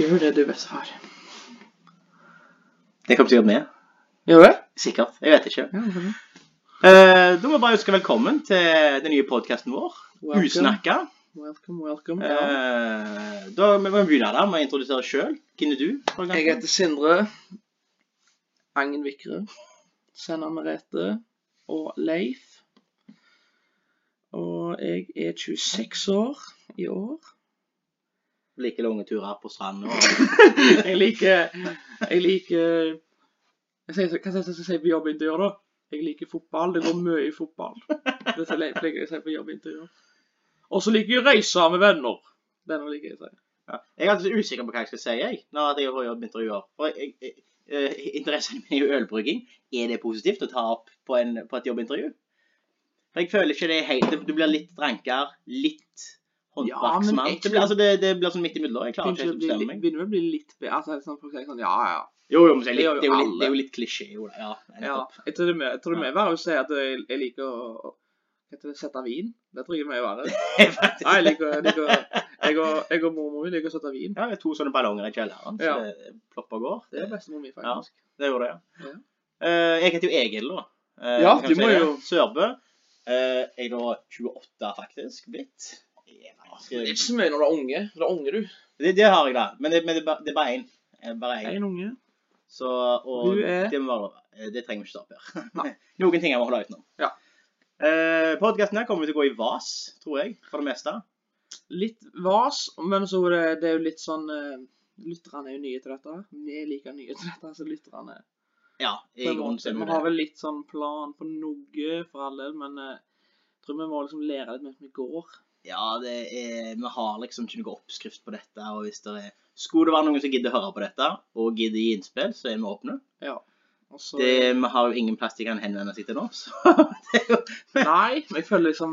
Gjør det du, bestefar. Det kom sikkert med. Gjør det? Sikkert. Jeg vet ikke. Ja, det Eh, da må jeg bare ønske velkommen til den nye podkasten vår, Welcome. Usnakka. Welcome, welcome. Ja. Eh, da vi må vi begynne der med å introdusere sjøl. Hvem er du? for eksempel? Jeg heter Sindre Angen Vikre. Senna Merete og Leif. Og jeg er 26 år i år. Liker lange turer på stranden. Og... Jeg liker Jeg liker jeg sier, Hva skal jeg si på jobbintervjuer, da? Jeg liker fotball. Det går mye i fotball. Det er jeg pleier jeg å si på jobbintervjuer. Og så liker jeg å reise med venner. Denne liker jeg å si. Ja. Jeg er alltid så usikker på hva jeg skal si jeg, når jeg har jobb intervjuer. For jeg, jeg, eh, interessen min er jo ølbrygging. Er det positivt å ta opp på, en, på et jobbintervju? For jeg føler ikke det er helt Du blir litt ranker, litt Ja, men håndverksmann. jeg det, blir- altså, det, det blir sånn midt imellom. Jeg klarer ikke Begynner å helt å bli bestemme litt- meg. begynner å bli litt bedre. Altså, sånn, folk sier sånn, ja, ja. Jo, jo, men så er det, Det litt, det, gjør er jo jo litt, det er alle. jo litt klisjé. Jo, da. Ja, ja. nettopp. Jeg tror det er mer- jeg tror det er mer verre å si at jeg, jeg liker å hva heter det, sette vin. Det tror jeg er mye verre. Nei, jeg liker, jeg liker jeg, og, jeg og mormor vi liker å sette vin. ja, det er to sånne ballonger i kjelleren, så Ja. det plopper og går. Det er bestemor mi, Ja. faktisk. Det gjorde jeg, ja. Ja. Eh, jeg heter jo Egil, da. Eh, Ja, kan du si må det. jo- Sørbø. Eh, jeg er da 28, faktisk, blitt. Det Jeg er er ganske- ikke så mye når du er unge. Du er unge, du. Det, det har jeg, da. Men det, men det, er bare- det er bare én. Eh, Bare én. En unge. Så, og Du er- det, må være, eh, det trenger vi ikke ta opp Nei. her. Noen ting jeg må holde utenom. Ja. Eh, Podkasten her kommer til å gå i vas, tror jeg, for det meste. Litt vas, men så er det, det er jo litt sånn eh, Lytterne er jo nye til dette. Vi er like nye til dette, så lytterne Ja, i på en grunnen måte. stemmer Vi har det. vel litt sånn plan på noe for all del, men eh, jeg tror vi må liksom lære litt mens vi går. Ja, det er, vi har liksom ikke noe oppskrift på dette. Og hvis det er, skulle det være noen som gidder høre på dette, og gidder gi innspill, så er vi åpne. Og så, Det, vi har jo ingen plass de kan henvende seg til nå. Så. Nei, men jeg føler liksom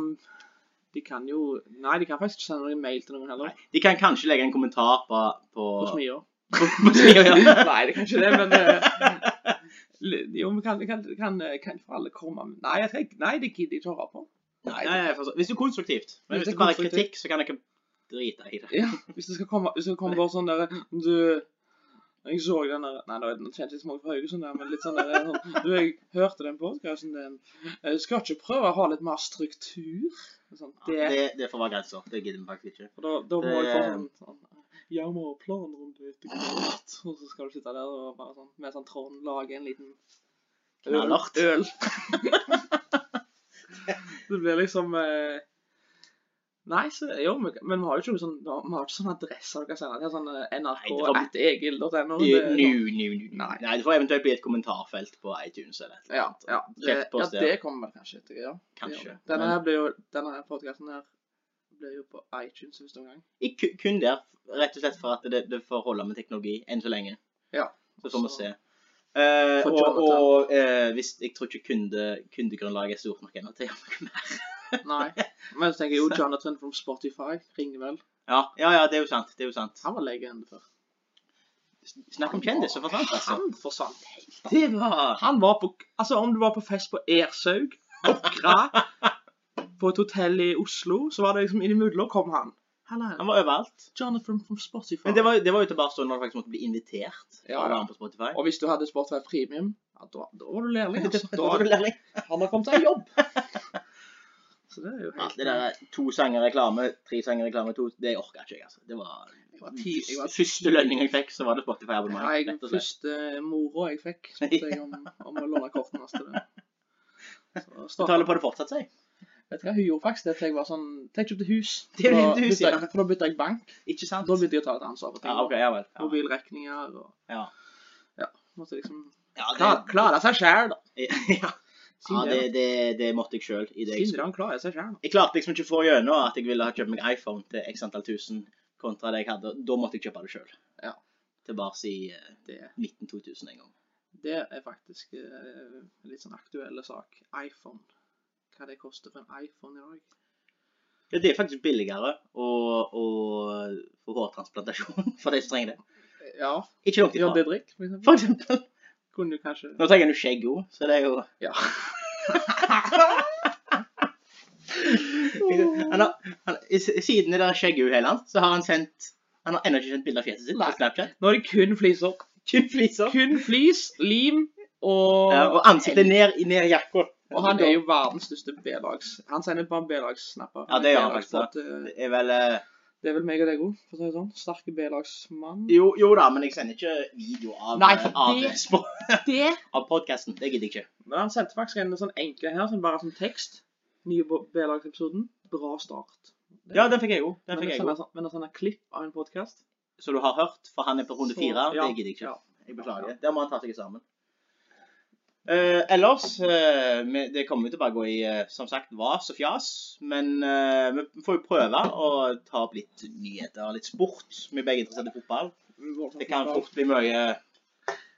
De kan jo Nei, de kan faktisk ikke sende noen mail til noen heller. Nei, de kan kanskje legge en kommentar på, på, På smia. på smia, ja. Nei, det kan ikke det, men eh, li- Jo, men kan, kan, kan, eh, kan for alle komme med Nei, jeg tenker, nei det gidder jeg ikke å høre på. Nei, nei, for så- Hvis det er konstruktivt. Men Hvis hvis det det er bare er konstruktivt. kritikk, så kan jeg ikke drite i det. Ja, hvis det skal komme, hvis det skal komme bare sånn der Du jeg så den der Nei, det var- nå kjente jeg smak fra Haugesund, der, men litt sånn der sånn, Du, jeg hørte den podkasten din. eh, Skal ikke prøve å ha litt mer struktur? Sånn, Det, det, det får være grenser. Det gidder vi faktisk ikke. og da, da må jeg få det- sånn, sånn Ja, vi har planer om det etter hvert. Og så skal du sitte der og bare sånn med sånn Trond lage en liten øl. Knallhardt. øl. det blir liksom eh, Nei, så, jo, men men vi har jo ikke noe sånn, vi har ikke sånn adresse dere sender til. Sånn eh, Nei, det kan- nrk.egil.no. New, det er sånn- new, new, new. Nei. Nei. det får eventuelt bli et kommentarfelt på iTunes eller et eller Ja, annet. ja, det, Kjeft på ja, oss der. det kommer vel kanskje etter, ja. Det Kanskje, gjør det. men- Denne her blir jo, denne her podcasten her blir jo på iTunes i første omgang. Ikke kun der, rett og slett for at det, det får holde med teknologi enn så lenge. Ja. Så får vi Så- se. Eh, For og Jonathan. og eh, hvis, jeg tror ikke kunde, kundegrunnlaget er stort nok ennå til å gjøre noe mer. Nei. Men så tenker jeg jo Jonathan from Spotify ringer vel. Ja, ja, ja, det er jo sant. det er jo sant. Han var legende før. Snakk om kjendiser forsvant, altså. Han forsvant. Det var Han var på Altså, om du var på fest på Ersaug, Åkra, på et hotell i Oslo, så var det liksom innimellom kom han. Han Hallo. var overalt. Jonathan from Spotify. Men det var, det var jo tilbake sånn når du faktisk måtte bli invitert for Ja, ja. å være med på Spotify. Og hvis du hadde Spotify Premium, ja, da, da var du lærling. Det, det, Altså. det, Da, var jo lærlig. han har kommet seg i jobb. Så det er jo ja, helt det der er to sanger reklame, tre sanger reklame, to Det orka ikke jeg, altså. Det var, Jeg var ti- jeg var- Første lønning jeg fikk, så var det Nei, Spotify-abonnement. den rett og slett. første mora jeg fikk, spurte jeg om, om å låne kortene hans til det. Så startet- Betaler på det fortsatt, sier jeg. Vet du hva, hun gjorde faktisk det til jeg var sånn Til jeg kjøpte hus. Til du For da kjøpte hus, bytta jeg- ja. For da bytta jeg bank. Ikke sant? Da begynte jeg å ta litt ansvar for ting. Ja, ok, ja vel. Ja. Mobilregninger og Ja. ja. Måtte liksom Ja, klare, klare seg sjæl, da. ja. ja det, det, det måtte jeg sjøl. Sindre Jeg han klarer seg sjæl. klarte liksom ikke å få gjennom at jeg ville ha kjøpt meg iPhone til x antall tusen, kontra det jeg hadde. Da måtte jeg kjøpe det sjøl. Ja. Tilbake i eh, Det, midten 2000 en gang. det er faktisk eh, en litt sånn aktuell sak. iPhone. Hva det koster for en iPhone i dag. Ja, det er faktisk billigere å, å få hårtransplantasjon for de som trenger det. Ja. Ikke langt Gjør ifra. det drikk, for eksempel. For eksempel. Kunne du kanskje Nå trenger du skjegg òg, så det er jo Ja. han har, han, i- Siden det der skjegguhellet hans, så har han sendt Han har ennå ikke kjent bilde av fjeset sitt Nei. på Snapchat. Nå er det kun fliser. Kun fliser. Kun flis, lim og Ja, og ansiktet ned, i- ned i jakka. Og han er jo verdens største B-lags. Han sender bare B-lagssnapper. Ja, det gjør han B-lags- faktisk, at, eh, Det er vel eh, Det er vel meg og deg òg, for å si det sånn. Sterke B-lagsmann. jo, jo da, men jeg sender ikke video av, eh, Nei, for av, det- sp- Det! av podkasten. Det gidder jeg ikke. Men han sendte faktisk en sånn enkel her, som bare er sånn tekst. Nye B- B-lagsepisoden. Bra start. Ja, den fikk jeg jo. Men Den å fikk jeg jo. sende sånn- Men å sende klipp av en podkast Så du har hørt, for han er på runde Så- fire. ja, Det gidder jeg ikke. ja. Jeg beklager. Der må han ta seg sammen. Eh, ellers eh, vi- Det kommer jo til å bare gå i eh, som sagt, vas og fjas. Men eh, vi får jo prøve å ta opp litt nyheter, litt sport. Vi er begge interessert i fotball. Det kan fort bli mye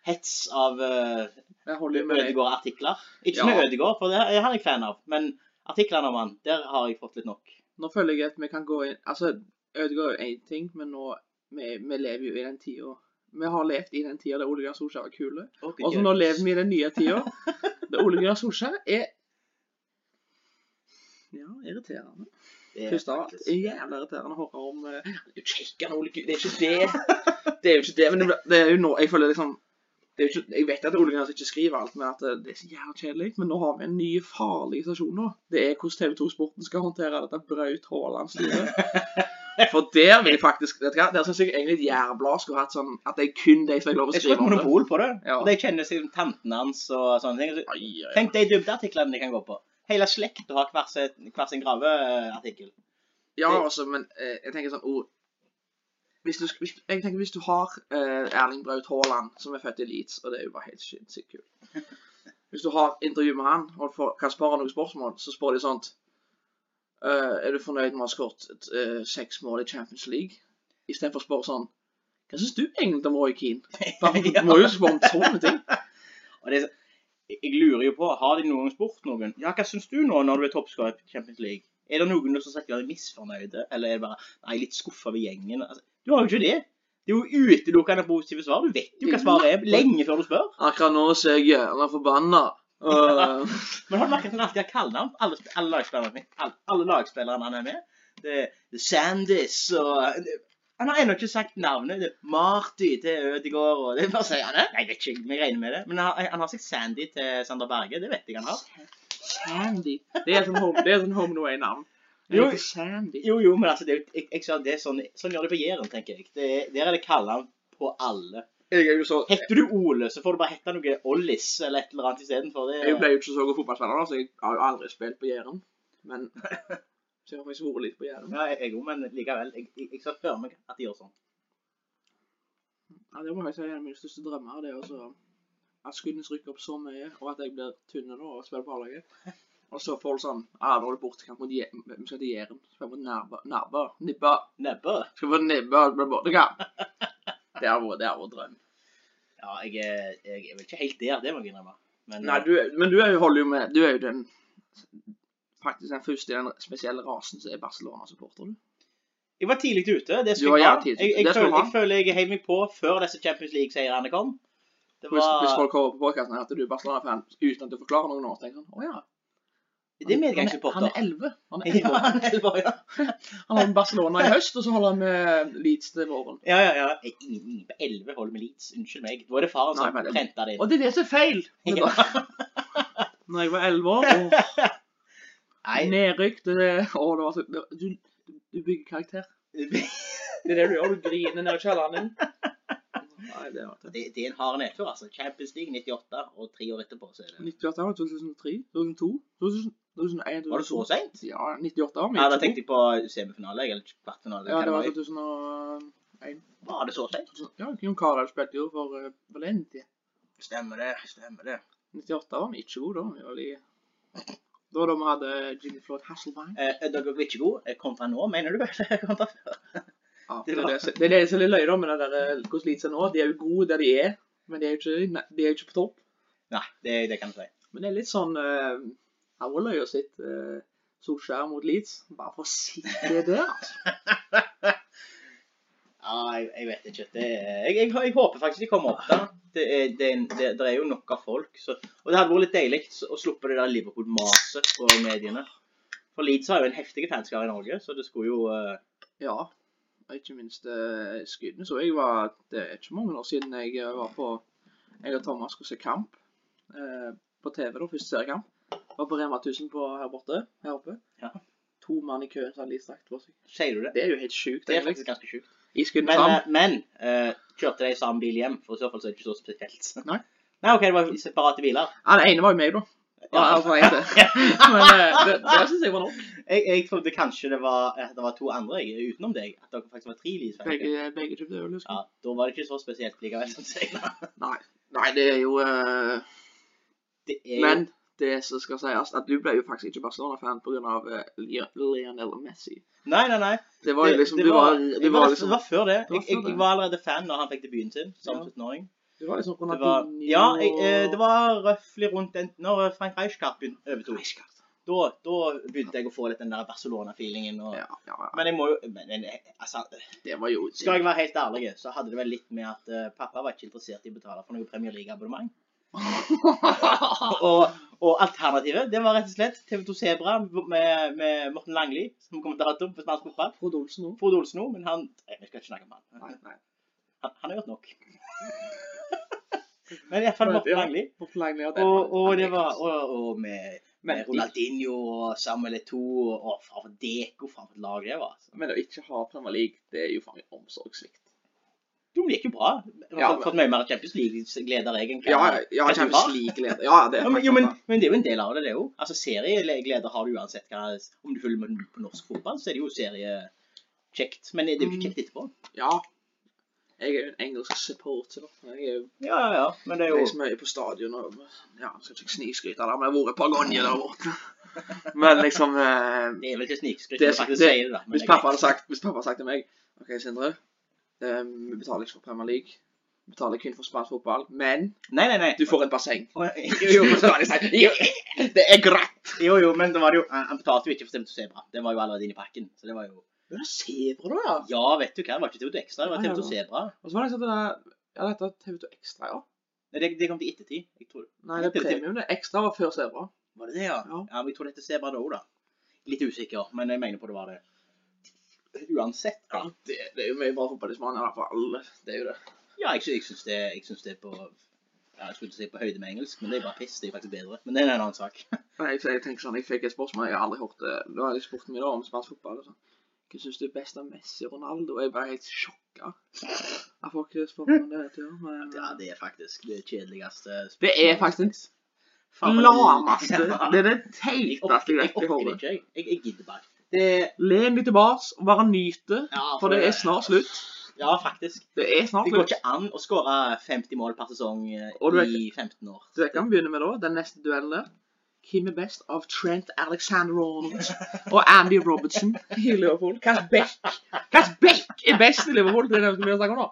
hets av eh, Jeg holder jo med deg. Ødegaard-artikler. Ikke Ja. med Ødegaard, for det er han jeg fan av. Men artiklene om han, der har jeg fått litt nok. Nå føler jeg at vi kan gå inn Altså, Ødegaard er jo én ting, men nå Vi, vi lever jo i den tida. Vi har levd i den tida der Ole Gunnar Solskjær var kule. Og så nå lever vi i den nye tida. Der Ole Gunnar Solskjær er Ja, irriterende. Først av alt. Jævlig irriterende å høre om eh, Han er jo shaken, Ole Gunnar. Det er ikke det. Det er jo ikke det. Men det, blir- det er jo nå Jeg føler liksom det er jo ikke, jeg vet at Ole Gunnar ikke skriver alt, men at eh, det er så jævla kjedelig. Men nå har vi en ny farlig stasjon nå. Det er hvordan TV 2 Sporten skal håndtere dette Braut Haaland-styret. For der vil jeg faktisk vet du hva, Der syns jeg egentlig Jærbladet skulle hatt sånn at det er kun de som har lov å Jeg skulle skrive hatt om det. monopol på det. Ja. Og De kjenner seg som tanten hans og sånne ting. Så Ai, ai, ai. Tenk de dybdeartiklene de kan gå på. Hele slekta har hver sin, hver sin graveartikkel. Ja, Det- altså, men eh, jeg tenker sånn oh, hvis du, hvis, jeg tenker hvis du har eh, Erling Braut Haaland, som er født i Leeds, og det er jo bare helt sinnssykt kult Hvis du har intervju med han, og får, kan spørre noen spørsmål, så spør de sånt eh, Er du fornøyd med å ha skåret eh, seks mål i Champions League? Istedenfor å spørre sånn Hva syns du egentlig om Roy Keane? Bare, Du Ja. må jo spørre om sånne ting. Og det, er så- jeg lurer jo på, har de noen gang spurt noen Ja, hva syns du nå når du er toppskårer i Champions League? Er det noen som sikkert er misfornøyde, eller er det bare nei, litt skuffa over gjengen? Altså, du har jo ikke det. Det er jo utelukkende positive svar. Du vet jo hva svaret er lenge før du spør. Akkurat nå så er jeg jævla forbanna. Eh, Men har du merket at han alltid har kallenavn? Alle, alle, lagspillerne- alle, alle lagspillerne han er med. Det er The Sandis og Han har ennå ikke sagt navnet. Det er Marty til Ødegaard og det er Bare sier han det? Nei, Jeg vet ikke, vi regner med det. Men han, han har sagt Sandy til Sander Berge. Det vet jeg han har. Sandy. Det er sånn home, det er sånn home and away-navn. Det Jo. heter Sandy. Jo, jo, men altså, det er, jo- jeg, jeg sa det er sånn, sånn gjør de på Jæren, tenker jeg. Det, er- der er det kallenavn på alle. Jeg er jo så Heter du Ole, så får du bare hete noe Ollis eller et eller annet istedenfor. Jeg ble jo ikke så god fotballspiller, da, så jeg har jo aldri spilt på Jæren. Men så jeg har faktisk vært litt på Jæren. Ja, jeg òg, men likevel. Jeg, jeg, jeg ser for meg at de gjør sånn. Ja, det må jeg si er en av mine største drømmer. Det er også at Skudenes rykker opp så mye, og at jeg blir tynne nå og spiller på A-laget. Og så får du sånn Ja, da er det bortekamp mot Jæren. Vi skal til Jæren. Spiller mot Nærbø. Nærbø. Nibba. Nebbe. Skal få Nibba og bli bortekamp. Det er vår, det er vår drøm. Ja, jeg, er- jeg er vel ikke helt der, det må jeg innrømme. Men, eh, Nei, du, er- men du er jo, holder jo med Du er jo den faktisk den første i den spesielle rasen som er Barcelona-supporter, du. Jeg var tidlig ute. Det Du var skulle jeg ha. jævlig Jeg, tidlig ute, jeg, det skal føler, du ha. jeg føler jeg heiv meg på før disse Champions League-seierne kom. Det Hvis, hvis var folk hører på podcasten her at du er Barcelona-fan uten at du forklarer noe nå, så tenker han å ja. Det Han er er medgangssupporter. 11. Han, er 11. Ja, det var- ja. han har Barcelona i høst, og så holder han med Leeds til våren. ja, ja, ja. Jeg- Ingen ingen på 11 holder med Leeds. Unnskyld meg. Da er det faren som Nei, men- prenta det inn. Og det er det som er feil! Det er Ja. bare- Når jeg var 11 år, og Nei. nedrykk det, å, det var så, det, du, du bygger karakter. Det er det du gjør. Du griner ned i kjelleren din. Nei, det var det. Det, det er en hard nedtur, altså. Champions League 98, og tre år etterpå så er det 98 var 2003, 2002, 2000 2001 Var det så seint? Ja, 98 var mye. Ja, da tenkte jeg på semifinale eller kvartfinale. Ja, hva det var det var. 2001. var det så seint? Ja, Jon Carew spilte jo for eh, Valencia. Stemmer det. Stemmer det. 98 var vi ikke gode da. Vi var lige... Da da vi hadde Jimmy Floyd Hasselbein. Eh, dere var ikke gode kontra nå, mener du? Eller kontra før? Ja, det, er det, som- det er det som er løye da med det der eh, hvordan Leeds er nå. De er jo gode der de er, men de er jo ikke, ne- de er jo ikke på topp. Nei, det, det kan du si. Men det er litt sånn eh, Her var løye å sitte eh, Solskjær mot Leeds. Bare for å si det der, altså. Ja, jeg, jeg vet ikke. Det, er- jeg, jeg, jeg håper faktisk de kommer opp der. Det er, det, er en- det, det er jo nok av folk. Så, og det hadde vært litt deilig å slippe det der Liverpool-maset på mediene. For Leeds har jo en heftig fanskare i Norge, så det skulle jo eh, Ja. og ikke minst eh, skuddene. Så jeg var Det er ikke mange år siden jeg eh, var på Jeg og Thomas skulle se kamp eh, på TV, da, første seriekamp. Var på Rema 1000 på, her borte. Her oppe. Ja. To mann i køen som hadde livsdrakt på seg. Sier du det? Det er jo helt sjukt, Det er egentlig. faktisk ganske sjukt. I skuddene Men, sammen. eh, men eh, kjørte de samme bil hjem? For i så fall så er det ikke så spesielt. Nei. Nei, OK, det var separate biler. Ja, det ene var jo meg, da. Ja, altså, jeg heter. Men eh, det, det syns jeg var nok. Jeg, jeg trodde kanskje det var, at det var to andre jeg, utenom deg. At det faktisk var tre lysfelger. Begge, begge kjøpte øl, husker jeg. Ja, da var det ikke så spesielt likevel. sånn som sier jeg. Nei, det er jo eh, Det er, Men det som skal sies, at du ble jo faktisk ikke Barcelona-fan pga. eh, Lionel Messi. Nei, nei, nei. Det var jo liksom Du var, du jeg var, var det liksom var før det. Det var Jeg, jeg, før det. jeg var allerede fan da han fikk debuten sin som Ja. 17-åring. Du var liksom Det var, Ronaldinho ja, jeg, eh, det var røftlig rundt den Når Frank Reichkart overtok, Reichkart. da, da begynte jeg å få litt den der Barcelona-feelingen. og- Ja, ja, ja. Men jeg må jo men, men, altså, Det var jo Skal jeg være helt ærlig, så hadde det vel litt med at eh, pappa var ikke interessert i å betale for noe Premier League-abonnement. Og, og alternativet det var rett og slett TV2 Sebra med, med Morten Langli som kommentator på spansk fotball. Frode Olsen òg. Frode Olsen òg, men han Nei, Vi skal ikke snakke om han. Nei, nei. Han, han har gjort nok. Men iallfall Ja. Morten Langli. Morten Langli, ja, det Og, var- og ja, det var klasse. og, og med, Men med de- Ronaldinho og Samuel Eto'o og, og faen for Deko, faen for et lag det var. altså. Men å ikke ha Premier League, det er jo faen meg omsorgssvikt. Jo, men det gikk jo bra. Vi har Ja, fått- fått mye mer Champions League-gleder, egentlig. Ja, ja, Kanskje Champions bra. League-leder. Ja, det er Ja, men, faktisk jo, men, bra. men det er jo en del av det, det òg. Altså, seriegleder har du uansett hva Om du følger med på norsk fotball, så er det jo seriekjekt. Men det Mm. er jo ikke kjekt etterpå. Ja. Jeg er jo en engelsk supporter. da. Jeg er jo Ja, ja, ja. Men det er jo Jeg som er på stadion og Ja, jeg skal ikke snikskryte av det, men jeg har vært et par ganger der borte. Men liksom eh, Det er vel ikke snikskryt, Det er- når du faktisk det- sier det, da. men Hvis det er pappa greit. hadde sagt, hvis pappa hadde sagt til meg OK, Sindre. eh, Vi betaler ikke for Premier League. Vi betaler kun for spansk fotball. Men Nei, nei, nei. du får et basseng. Jo, Jo, jo, men så hadde jeg sagt, «Ja, Det er greit. jo, jo, men det var det jo Han han betalte jo ikke for Stemte Sebra. Den var jo allerede inne i pakken. Så det var jo Du er sebra, da. ja. Ja, vet du hva, det var ikke TV2 Ekstra, det var Ja, ja, TV2 Sebra. Og så var det liksom det der Ja, dette er TV2 Ekstra, ja. Nei, det, det kom til ettertid. Jeg tror. Nei, det er premium. Det ekstra var før sebra. Var det det, ja? Ja. Ja, men jeg tror det heter Sebra da òg, da. Litt usikker, men jeg mener på det var det. Uansett, da. Ja, det, det er jo mye bra fotball i Spania, da, for alle. Det er jo det. Ja, jeg, sy- jeg syns det, jeg syns det er på ja, Jeg skulle ikke si på høyde med engelsk, men det er bare piss. Det er faktisk bedre. Men det er en annen sak. Nei, jeg, jeg tenker sånn, jeg fikk et spørsmål jeg har aldri hørt det. Det var litt spurte meg da om spansk fotball. og sånn. Hva syns du er best av Messi og Ronaldo? Og jeg ble helt sjokka. Jeg får ikke spørre om det. Til, men, Ja, det er faktisk det kjedeligste det er faktisk Faen, den men- lameste. Ja. Det er det Jeg teiteste orker jeg jeg vet i orker det hodet. ikke, jeg. Jeg, jeg gidder bare. Det Len deg tilbake og bare nyt det. ja, For det er snart slutt. Ja, faktisk. Det er snart Det går slutt. ikke an å skåre 50 mål per sesong eh, Og du vet- i 15 år. Så det kan vi begynne med da. Den neste duellen der. Hvem er best av Trent Alexander-Arnold og Andy Robertson i Liverpool? Hvilken back hvilken back er best i Liverpool? Det er det vi skal begynne å snakke om nå.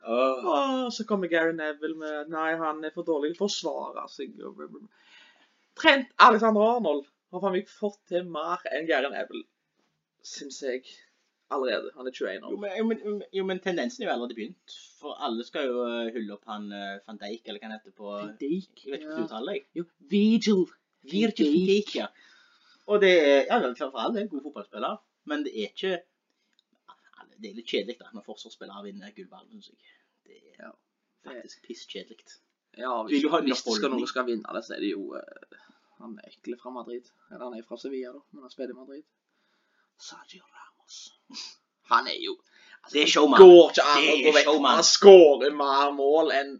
Åh. Og så kommer Gary Neville med Nei, han er for dårlig til å forsvare seg. og bla, bla, bla. Trent Alexander Arnold har faen meg fått til mer enn Gary Neville, syns jeg. Allerede. Han er 21 Jo, år. men, jo, men, jo, men tendensen er jo allerede begynt. For alle skal jo eh, hylle opp han eh, van Dijk, eller hva han heter på Van Jeg vet Dijk. ikke hvordan du ja. uttaler det. Jo, Vigil. Virgil van Dijk, ja. Og det er ja, vel, for all del god fotballspiller, men det er ikke Det er litt kjedelig da, når forsvarsspillere vinner gullball, syns jeg. Det er Ja. faktisk pisskjedelig. Ja, Vil hvis, du ha hvis det skal underholdning? noen skal vinne det, så er det jo eh, han er ekle fra Madrid. Eller han er fra Sevilla, da, men han spiller i Madrid. Sergio Ramos. Han er jo altså, Det er showman. går ikke an Det å er gå vekk. showman. Han skårer mer mål enn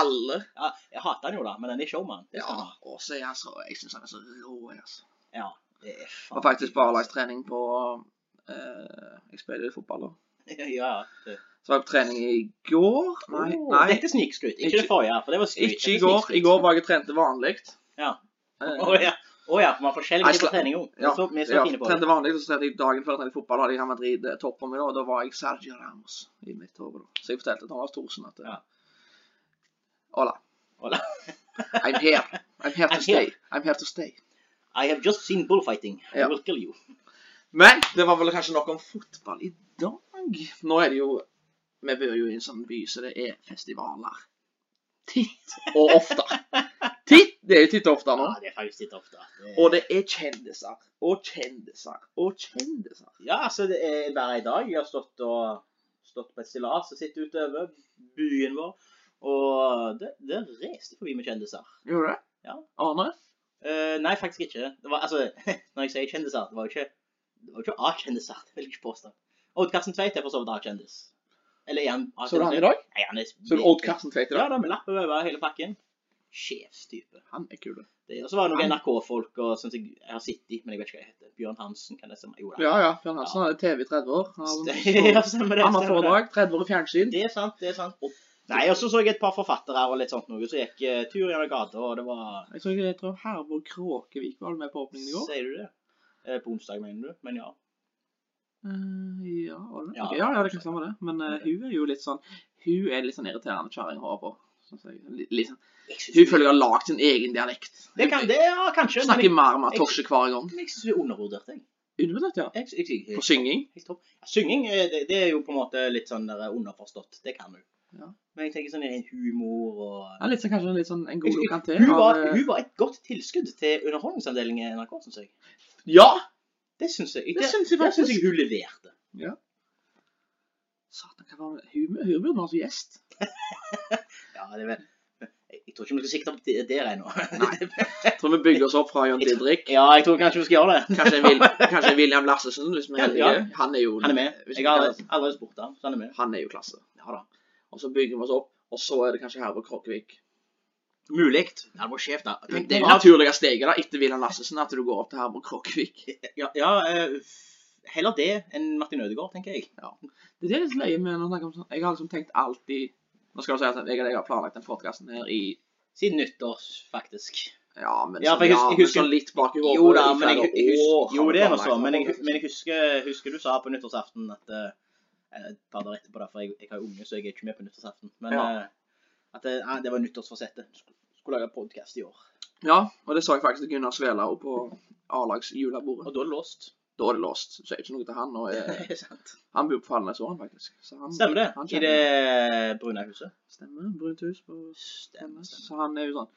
alle. Ja, jeg hater han jo, da, men han er showman. Det skal Ja, han ha. og så er han så Jeg syns han er så rå. jeg, Altså. Ja, det er faen Jeg har faktisk bare lagt trening på eh, Jeg spiller jo fotball, da. Ja, ja. Det. Så var jeg på trening i går. Nei, Åh, nei Dette er snikskryt. Ikke, Ikke- det forrige, for det var skryt. ikke i går. I går var jeg og trente vanlig. Ja. Eh, Å ja. Å ja, for man har forskjellige Nei, typer sla- trening òg. Ja, Vi er så ja, fine på trente det. vanlig, så trente jeg dagen før jeg trente fotball. Da hadde jeg Real Madrid eh, topp på meg, da, og da var jeg Sergio Ramos i mitt hode. da. Så jeg fortalte Thomas Thorsen at eh, Ja. Hola. Hola. I'm here. I'm here to I'm stay. I'm here to stay. I have just seen bullfighting. I Ja. will kill you. Men det var vel kanskje nok om fotball i dag. Nå er det jo Vi bor jo i en sånn by, så det er festivaler. Titt og ofte. Titt! Det er jo titt ofte nå. Ja, det er faktisk litt ofte. Det... Og det er kjendiser. Og kjendiser. Og kjendiser. Ja, altså det er hver en dag. Jeg har stått, og, stått på et stillas og sett utover byen vår. Og det, det reiste forbi med kjendiser. Gjorde du det? Ja. Arne? Eh, nei, faktisk ikke. Det var, altså, når jeg sier kjendiser, det var jo ikke, det var jo ikke A-kjendiser. Det vil jeg ikke påstå. Odd Karsten Tveit er for så vidt A-kjendis. Eller er han Så du han i A-kjendis? dag? Nei, han er Så du Odd Karsten Tveit i Ja, dag? da, med lapp over hele pakken. Sjefstype. Han er kul. Det- Og så var det noen Han- NRK-folk og sånn som jeg jeg har sett i, men jeg vet ikke hva de heter. Bjørn Hansen, kan det stemme? Jo da. Ja, ja. Bjørn Hansen hadde TV i 30 år. Han- Ja, stemmer det. Annet stemmer det. foredrag, 30 år i fjernsyn. Det er sant, det er sant. Nei, og så så jeg et par forfattere og litt sånt noe, så gikk eh, tur gjennom gata, og det var Jeg tror, jeg tror Herborg Kråkevik var med på åpningen i går. Sier du det? Eh, På onsdag, mener du? Men ja. Eh, ja, var det? Ja, Ok, ja, ja, det kan stemme det. Men eh, hun er jo litt sånn Hun er litt sånn irriterende kjerring å ha på. synes jeg. Litt- litt sånn- Hun føler jeg har lagd sin egen dialekt. Det kan det, ja, kanskje. Hun Men snakker jeg, mer med Torse hver gang. men jeg synes hun er undervurdert, jeg. Underbetalt, ja. Jeg, jeg, jeg, På synging. helt topp. Ja, Synging eh, det, det er jo på en måte litt sånn der underforstått. Det kan hun. Ja. Men jeg tenker sånn ren humor og Ja, litt sånn, kanskje litt sånn en god Jeg- lokantering. hun var, eh, hun var et godt tilskudd til underholdningsavdelingen i NRK, syns jeg. Ja! Det syns jeg. Det synes jeg der synes faktisk. jeg hun leverte. Satan, hva var det? Hun hun burde vært gjest. Ja, det er vel... Jeg jeg tror ikke vi skal sikte på det der ennå. Jeg tror vi bygger oss opp fra John Didrik. Ja, jeg tror kanskje vi skal gjøre det. Kanskje, en Wil kanskje en William Lassesen, hvis vi er heldige. Ja. Han er jo Han er med. Hvis vi Jeg har kan- allerede- allerede spurt ham, så han er med. han er jo klasse. Ja da. Og så bygger vi oss opp, og så er det kanskje Herborg Kråkevik. Mulig. Det hadde vært sjef, da. Men Det er jo det naturlige steget da, etter William Lassesen, at du går opp til Herborg Kråkevik. Ja, ja eh, heller det enn Martin Ødegaard, tenker jeg. Det er det som er løye med når man snakker om sånn. Jeg har liksom tenkt alltid Nå skal du si at jeg og deg har planlagt den podkasten her i Siden nyttårs, faktisk. Ja, men, Ja, sånn- for jeg husker- men jeg husker- sånn litt bak i hodet. Jo da, i men flere jeg, jeg år husker, har jo, vi det er noe planlagt sånn, men den jeg, podcasten. men jeg husker, husker du sa på nyttårsaften at eh, Et par dager etterpå, da, for jeg, jeg har jo unge, så jeg er ikke med på nyttårsaften. Men Ja. eh, at det, ja, det var nyttårsforsettet. Skulle, skulle lage podkast i år. Ja, og det sa jeg faktisk til Gunnar Svelao på A-lags Og julebordet. da er det låst. Da er det låst. Så jeg er ikke noe til han. Og jeg, Det er sant. han bor på Falnes år, han faktisk. Så han Stemmer det? han I kjenner- det brune huset? stemmer. Brunt hus på Stemmer. Falnes. stemmer. Så han er jo sånn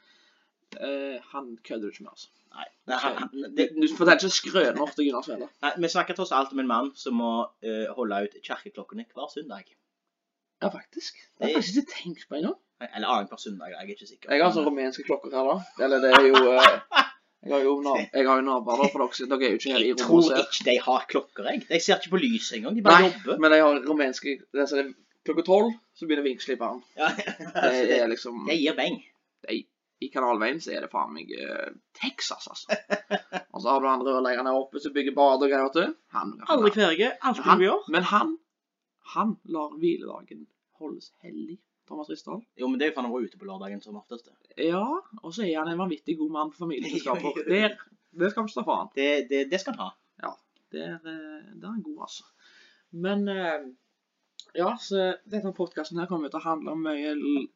eh, Han kødder du ikke med, altså. Nei, nei, han, han, Du det, du forteller ikke skrøner til Gunnar Svelao. nei, vi snakker tross alt om en mann som må eh, holde ut kirkeklokkene hver søndag. Ja, faktisk. Det har jeg faktisk ikke tenkt på engang. Nei, Eller annenhver søndag, jeg er ikke sikker. Jeg har sånne rumenske klokker her, da. Eller det er jo eh, Jeg har jo, nav jeg har jo naboer, da, for dere, sier- dere er jo ikke her i Jeg rommet og tror ser. ikke de har klokker, jeg. De ser ikke på lyset engang. De bare Nei, jobber. men jeg har rumenske det er sånn, Klokka tolv så begynner vinksliperen. Ja, Det altså, det, er liksom det gir beng. I kanalveien så er det faen meg eh, Texas, altså. Og så har du han rørleggeren her oppe som bygger bad og greier til. Han, Aldri kverge, alltid Han- noe vi gjør. Men han han lar hviledagen holdes hellig. Thomas Rysdal. Jo, men det er jo for han var ute på lørdagen som oftest. det. Ja, og så er han en vanvittig god mann for familieselskaper. Der, det skal vi ikke ta fra han. Det, det, det skal han ha. Der, eh, der er han god, altså. Men eh, ja, så denne podkasten her kommer jo til å handle om mye l-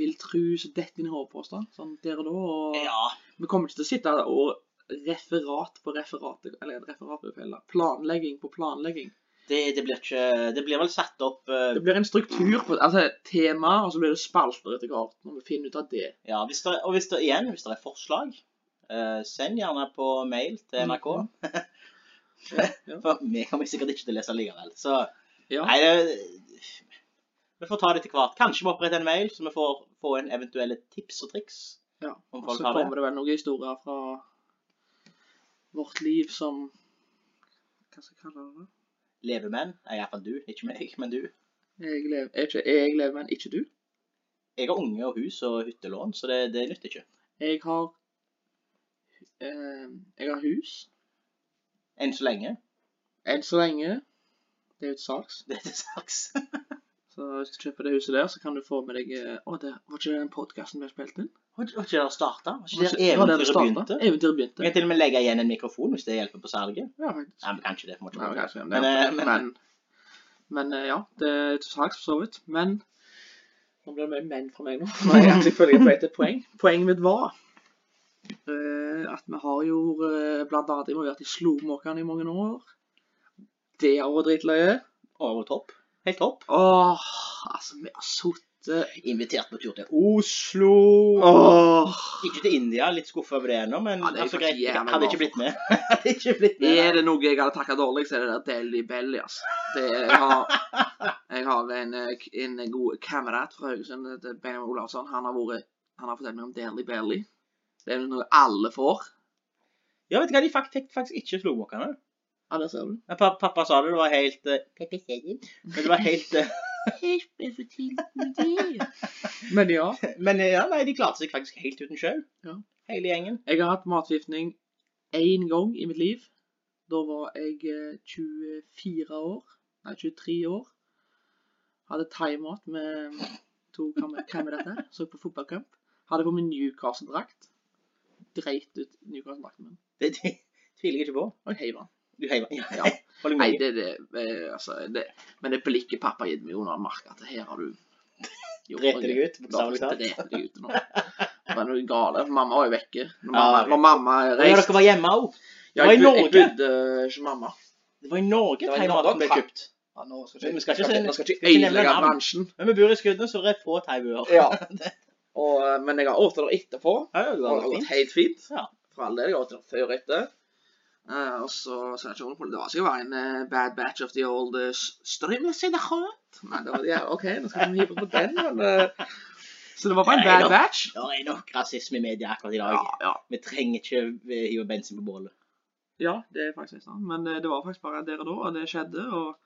vill tru som detter inn i hodet på oss, da. Sånn der og da. Og Ja. vi kommer ikke til å sitte her og referat på referat, eller referat på feil, da. planlegging på planlegging. Det, det, blir ikke, det blir vel satt opp eh, Det blir en struktur på altså tema, og så blir det spalter etter hvert. Når vi finner ut av det. Ja, hvis det, og hvis det, igjen, hvis det er forslag, eh, send gjerne på mail til NRK. Ja. For vi kommer sikkert ikke til å lese likevel. Så Ja. nei, det, vi får ta det etter hvert. Kanskje vi oppretter en mail, så vi får, får en eventuelle tips og triks. ja. Om Og folk så har det. kommer det vel noen historier fra vårt liv som Hva skal jeg kalle det? da? Levemenn er iallfall du, ikke meg, men du. Jeg lever, er ikke, jeg lever, men ikke du. Jeg har unge og hus og hyttelån, så det, det nytter ikke. Jeg har eh, Jeg har hus. Enn så lenge. Enn så lenge. Det er jo et salgs. Det er til saks. Så hvis du kjøper det huset der, så kan du få med deg eh, Å, det var ikke det den podkasten vi har spilt inn? Var ikke var ikke det det starta? Var Det ikke det var der det eventyret startet. begynte? Eventyret Vi begynte. kan til og med legge igjen en mikrofon hvis det hjelper på salget. Ja, faktisk. Nei, men kanskje det. for Nei, måte. jeg vet ikke om det Men, er eh, opp- men men, men eh, ja, det er et salgs for så vidt. Men Nå blir det mye menn fra meg nå. Nei, jeg er selvfølgelig på etter poeng. Poenget mitt var eh, at vi har jo eh, blant annet involvert i Slomåkene i mange år. Det har vært dritløye. over topp. Helt topp. Åh, altså vi har sittet dette Invitert på tur til Oslo. Åh! Ikke til India. Litt skuffa over det ennå, men Ja, det er altså, faktisk greit. Jeg jævlig hadde ikke bra. blitt med. hadde ikke blitt med. Er det noe jeg hadde takka dårlig, så er det der Deli Belly, altså. Det, jeg, har, jeg har en, eh, k- en god kamerat fra Haugesund, det heter Benjamin Olavsson. Han har, vært, han har fortalt meg om Deli Belly. Det er noe alle får. Ja, vet du hva, de faktisk, faktisk ikke slowwalkene. Ja, der ser du. Men pa- Pappa sa det, det var helt eh, Men det var helt eh, Men ja. Men eh, ja, nei, de klarte seg faktisk helt uten sjau. Ja. Hele gjengen. Jeg har hatt matforgiftning én gang i mitt liv. Da var jeg eh, 24 år. Nei, 23 år. Hadde thaimat med to kam- kamerater. Så på fotballkamp. Hadde på meg Newcastle-drakt. Dreit ut Newcastle-drakten min. Det, det tviler jeg ikke på. Og jeg heiv den. Du heiver. Ja. Ja. Hold Nei, deg med. det er det, eh, altså, det Men det blikket pappa gitt meg jo når han merker at her har du gjort Drete noe. deg ut, bokstavelig Da talt. drete deg ut nå. Det var noe gale. Mamma var jo vekke. Når Ja, mamma, jeg vet. når mamma Og Ja, reiste dere var hjemme òg. Ja, Det var i jeg, bu- jeg Norge. bodde eh, hos mamma. Det var i Norge Det var i thaimaten ble Norge. kjøpt. ikke- vi skal vi skal ikke, ikke- vi skal ikke vi skal ikke nevne ødelegge navn. bransjen. Men vi bor i Skudden, så det er få thaibuer. Ja. Og, eh, men jeg har åt det der etterpå. Ja, ja, det Og det var har gått fint. helt fint. Ja. For all del. Jeg har åt det før og etter. Eh, og så så jeg ikke om det var sikkert være en eh, bad batch of the old uh, strømmer seg det skjønt. Nei, det var, ja, ok, nå skal vi hive på den, men eh, Så det var bare en Nei, bad da. batch. Det er nok rasisme i media akkurat i dag. Ja, ja. Vi trenger ikke eh, hive bensin på bålet. Ja, det er faktisk sant. Men eh, det var faktisk bare der og da, og det skjedde. og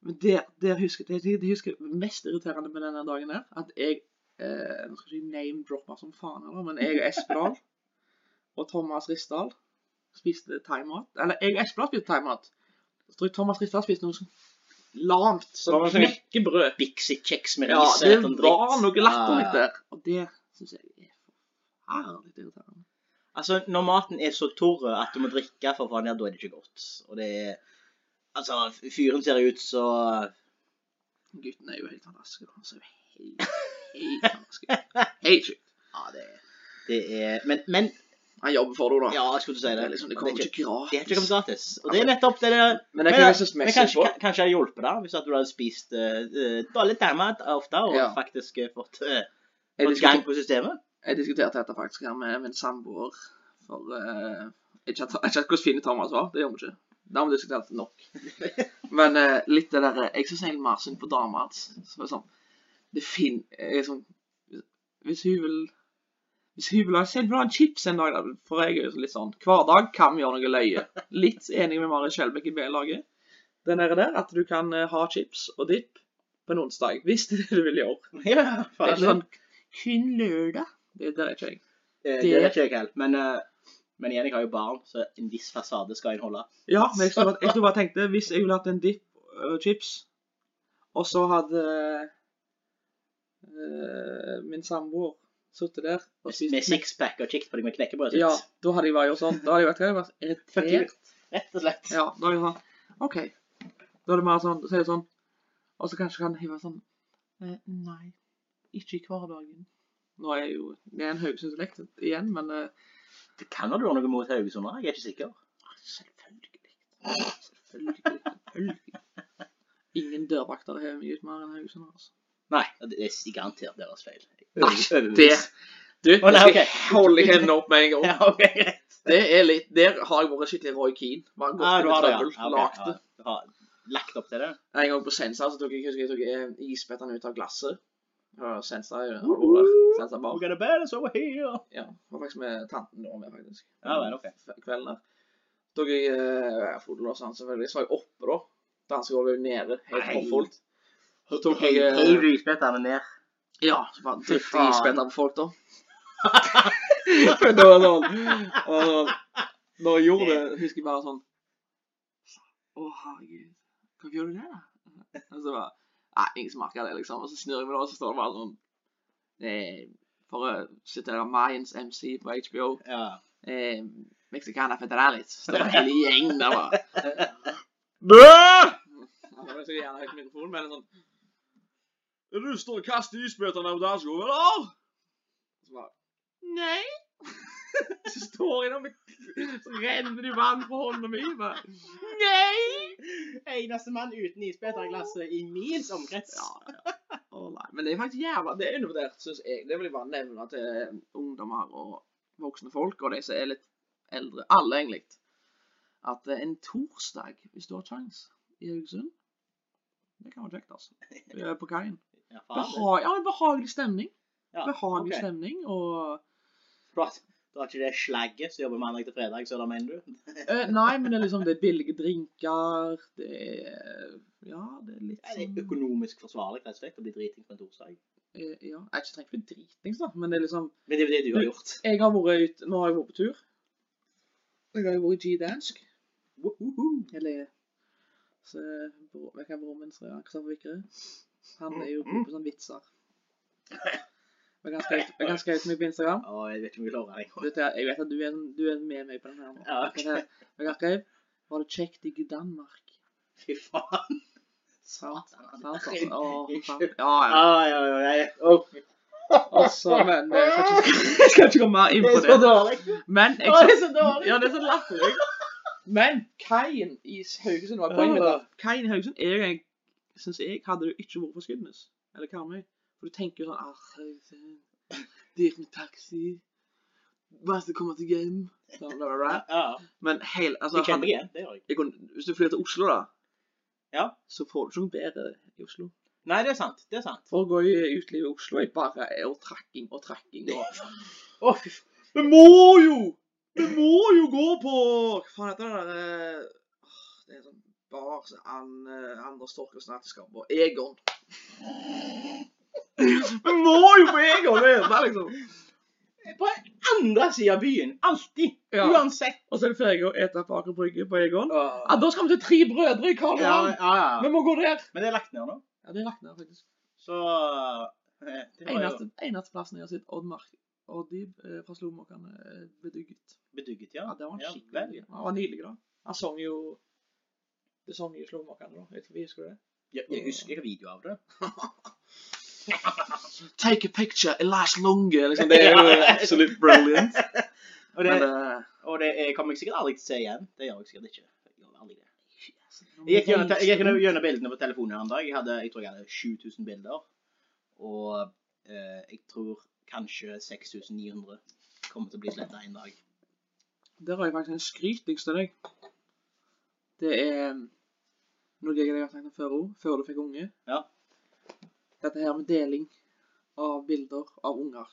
men der, der husker, det, det husker jeg mest irriterende med denne dagen her, at jeg eh, Nå skal jeg ikke name-droppe som faen, eller, men jeg og Espedal og Thomas Rissdal spiste thaimat. Eller jeg og Espedal spiste thaimat. Så tror jeg Thomas Rissdal spiste noe sånn lamt, Det som var sånn- knekkebrød. Bixie-kjeks med Ja, ris. det eller var noe dritt. noe latterlig Ja. der. Og det syns jeg er forferdelig irriterende. Altså, når maten er så tørr at du må drikke for faen, ja, da er det ikke godt. Og det er Altså, fyren ser ut så Gutten er jo helt fantastisk. da. Han ser jo helt, helt fantastisk ut. Helt sjukt. Ja, det er, det er Men, men Han jobber for det, da. Ja, jeg skulle til å si det. det, er liksom, det kommer det er ikke gratis. Det er ikke kommet gratis. Og det er nettopp det der Men det kan jeg synes men mest synd kanskje, på. kan- kanskje det hjulpet da, hvis at du hadde spist uh, dårlig termat ofte, og Ja. sånn faktisk eh, fått eh, Jeg fått gang diskuter- på systemet. Jeg diskuterte dette faktisk her med min samboer. For eh, ikke, at, ikke at hvordan fin Thomas var, det gjør vi ikke. Det har vi diskutert nok. Men eh, litt det derre Jeg syns egentlig mer synd på dama hans. som er Sånn, det fin... Jeg, er sånn, hvis hun vil hvis hun vil ha, se, vil ha en chips en dag, da, for jeg er jo litt sånn Hver dag kan vi gjøre noe løye. Litt enig med Mari Skjelbæk i B-laget. Den der, der at du kan eh, ha chips og dipp på en onsdag. Hvis det er det du vil gjøre. Ja, Det er faen. ikke sånn kun lørdag. Det der er ikke jeg. Eh, det- det vet ikke jeg helt. Men, eh, men igjen, jeg har jo barn, så en viss fasade skal en holde. Ja, men jeg sto bare, jeg sto bare og tenkte hvis jeg ville hatt en dipp og chips, og så hadde eh, min samboer sittet der og spist Med sixpack og kikket på dem med knekkebrød. sitt. Ja, da hadde jeg vært gjort sånn. Da hadde jeg vært, jeg hadde vært Fuck you. irritert. Rett og slett. Ja, da er det sånn OK. Da er det mer sånn, så er det sånn Og så kanskje kan jeg være sånn eh, Nei, ikke i hverdagen. Nå er jeg jo Det er en Haugesund-dialekt igjen, men eh, Det kan være du har noe mot Haugesundere, jeg er ikke sikker. Selvfølgelig. Selvfølgelig. Selvfølgelig. Ingen dørvakter har mye ut mer enn Haugesund. altså. Nei, det er garantert deres feil. Nei, Overbevist. Ah, det Du, Å, nei, ok. hold hendene opp med en gang. Ja, ok, greit. Det er litt, Der har jeg vært skikkelig Roy Keane. Bare gått Ja, Ah, du med har det, ja. trøbbel, Ja, ok, lagt ja. det. Du har lagt opp til det? En gang på Sensa så tok jeg, husker jeg tok eh, isbitene ut av glasset. Og Sensa er jo- har du vært Uh-huh. der? Sensa bar. We're gonna bear us over here. Ja, det var faktisk med tanten da med, faktisk. Ja, vel, ok. F- Kvelden der. Da tok jeg eh, fotolås, han selvfølgelig. Så var jeg oppe, da. Dansa over nede, helt Nei. proffullt. Så tok jeg eh, Heiv isbitene ned. Ja, så bare Fy drifte faen. isbiter på folk, da. For det var sånn, det var sånn Når jeg gjorde det, husker jeg bare sånn Å, herregud. Hvorfor gjør du det, da? Og så bare Nei, ingen som merker det, liksom. Og så snur jeg meg, da, og så står det bare sånn eh, For å sitere Mayans MC på HBO Ja. eh, Mexicana federalis. Så det var hele gjengen der, bare. Han hadde så gjerne høyt mikrofon, men en sånn Er du står og kaster isbitene på dansegulvet, eller? Så bare Nei. så står jeg der med Så renner det vann på hånda mi. bare, Nei. Eneste mann uten isbitglass i mils omkrets. Ja, ja. Å, Å, nei. Men det er faktisk jævla det er undervurdert, syns jeg. Det vil jeg bare nevne til ungdommer og voksne folk, og de som er litt eldre. Alle, egentlig. At eh, en torsdag, hvis du har kjangs, i Haugesund Det kan være kjekt, altså. Det er På kaien. Ja, faen. Beha ja, en behagelig stemning. Ja, Behagelig ok. stemning og Du har- Du har ikke det slagget som jobber mandag til fredag, så da mener du? Eh, Nei, men det er liksom det er billige drinker, det er Ja, det er litt Ja, det er sånn økonomisk forsvarlig rett og slett å bli driting på en torsdag. eh, Ja, jeg er ikke trengt å bli dritings, da, men det er liksom Men det er jo det du har gjort. Jeg har vært ute Nå har jeg vært på tur. Jeg har jo vært i G-dansk. Wohoho. Eller så, bro, Hvem er broren min? som er Kristoffer Vikre. Han er jo god på sånne vitser. Jeg kan skrive- jeg kan skrive ut meg på Instagram. Å, jeg vet ikke om jeg klarer Du det. vet, jeg vet at du er, du er med meg på den her nå. Ja, ok. Jeg kan skrive Var det kjekt i Danmark? Fy faen. Sant. sant, han altså. er en- Å, sant. Unnskyld. Ja, ja. Ja, Ah, ja, ja. jeg- Å, Altså, men eh, jeg skal ikke, jeg skal ikke gå mer inn Det på er så det. dårlig. Men jeg, Å, det er så dårlig. ja, det er så latterlig. Men kaien i Haugesund var poenget mitt. da. Kaien i Haugesund er jo en Syns jeg hadde det ikke vært for Skudenes eller Karmøy. For du tenker jo sånn ah, Haugesund. Dyrt med taxi. Bare så komme til hjem. Sånn, bla, bla, bla. Ja, ja. Men hele altså, Jeg kjenner hadde- meg igjen. Det gjør jeg. jeg kunne, Hvis du flyr til Oslo, da, Ja. så får du ikke noe bedre i Oslo. Nei, det er sant. Det er sant. For å gå i utelivet i Oslo er bare og trakking og trakking. Og... Å, fy faen. Vi må jo! Vi må jo gå på Hva faen heter det der eh, åh, Det er sånn bar som An- eh, Anders Torkelsen alltid skal på. Egon. Vi må jo på Egon! Det er det, liksom. På andre siden av byen. Alltid. Ja. Uansett. Og så er det ferdig å ete på Aker Brygge på Egon. Ja, Ja, Da skal vi til Tre brødre i Karl ja, Johan. ja. Vi må gå der. Men det er lagt ned nå. Ja, det er lagt ned, faktisk. Så eh, det var jo Eneste, eneste plassen jeg har sett Odd Mark Odd Dib eh, fra Slomåkene eh, bedugget. bedugget, ja. Ja, det var en Ja, skikkelig vel. nydelig. Han var nydelig, da. Han sang jo Det sang jo Slovakken, da. Vet ikke om vi husker det? Jeg, jeg husker ikke video av det. Take a picture, Elias Lunge. Liksom, det er jo absolutt brilliant. Og det, Men eh, og det eh, kommer jeg sikkert aldri til å se igjen. Det gjør jeg sikkert ikke. Jeg gjør aldri det. yes, Jeg gikk gjennom, jeg gikk gjennom- gjennom bildene på telefonen her en dag. Jeg, hadde, jeg tror jeg hadde 7000 bilder. Og eh, jeg tror kanskje 6900 kommer til å bli sletta en dag. Der har jeg faktisk en skrytings til deg. Det er um, noe jeg har tenkt om før òg, før du fikk unge. Ja. Dette her med deling av bilder av unger.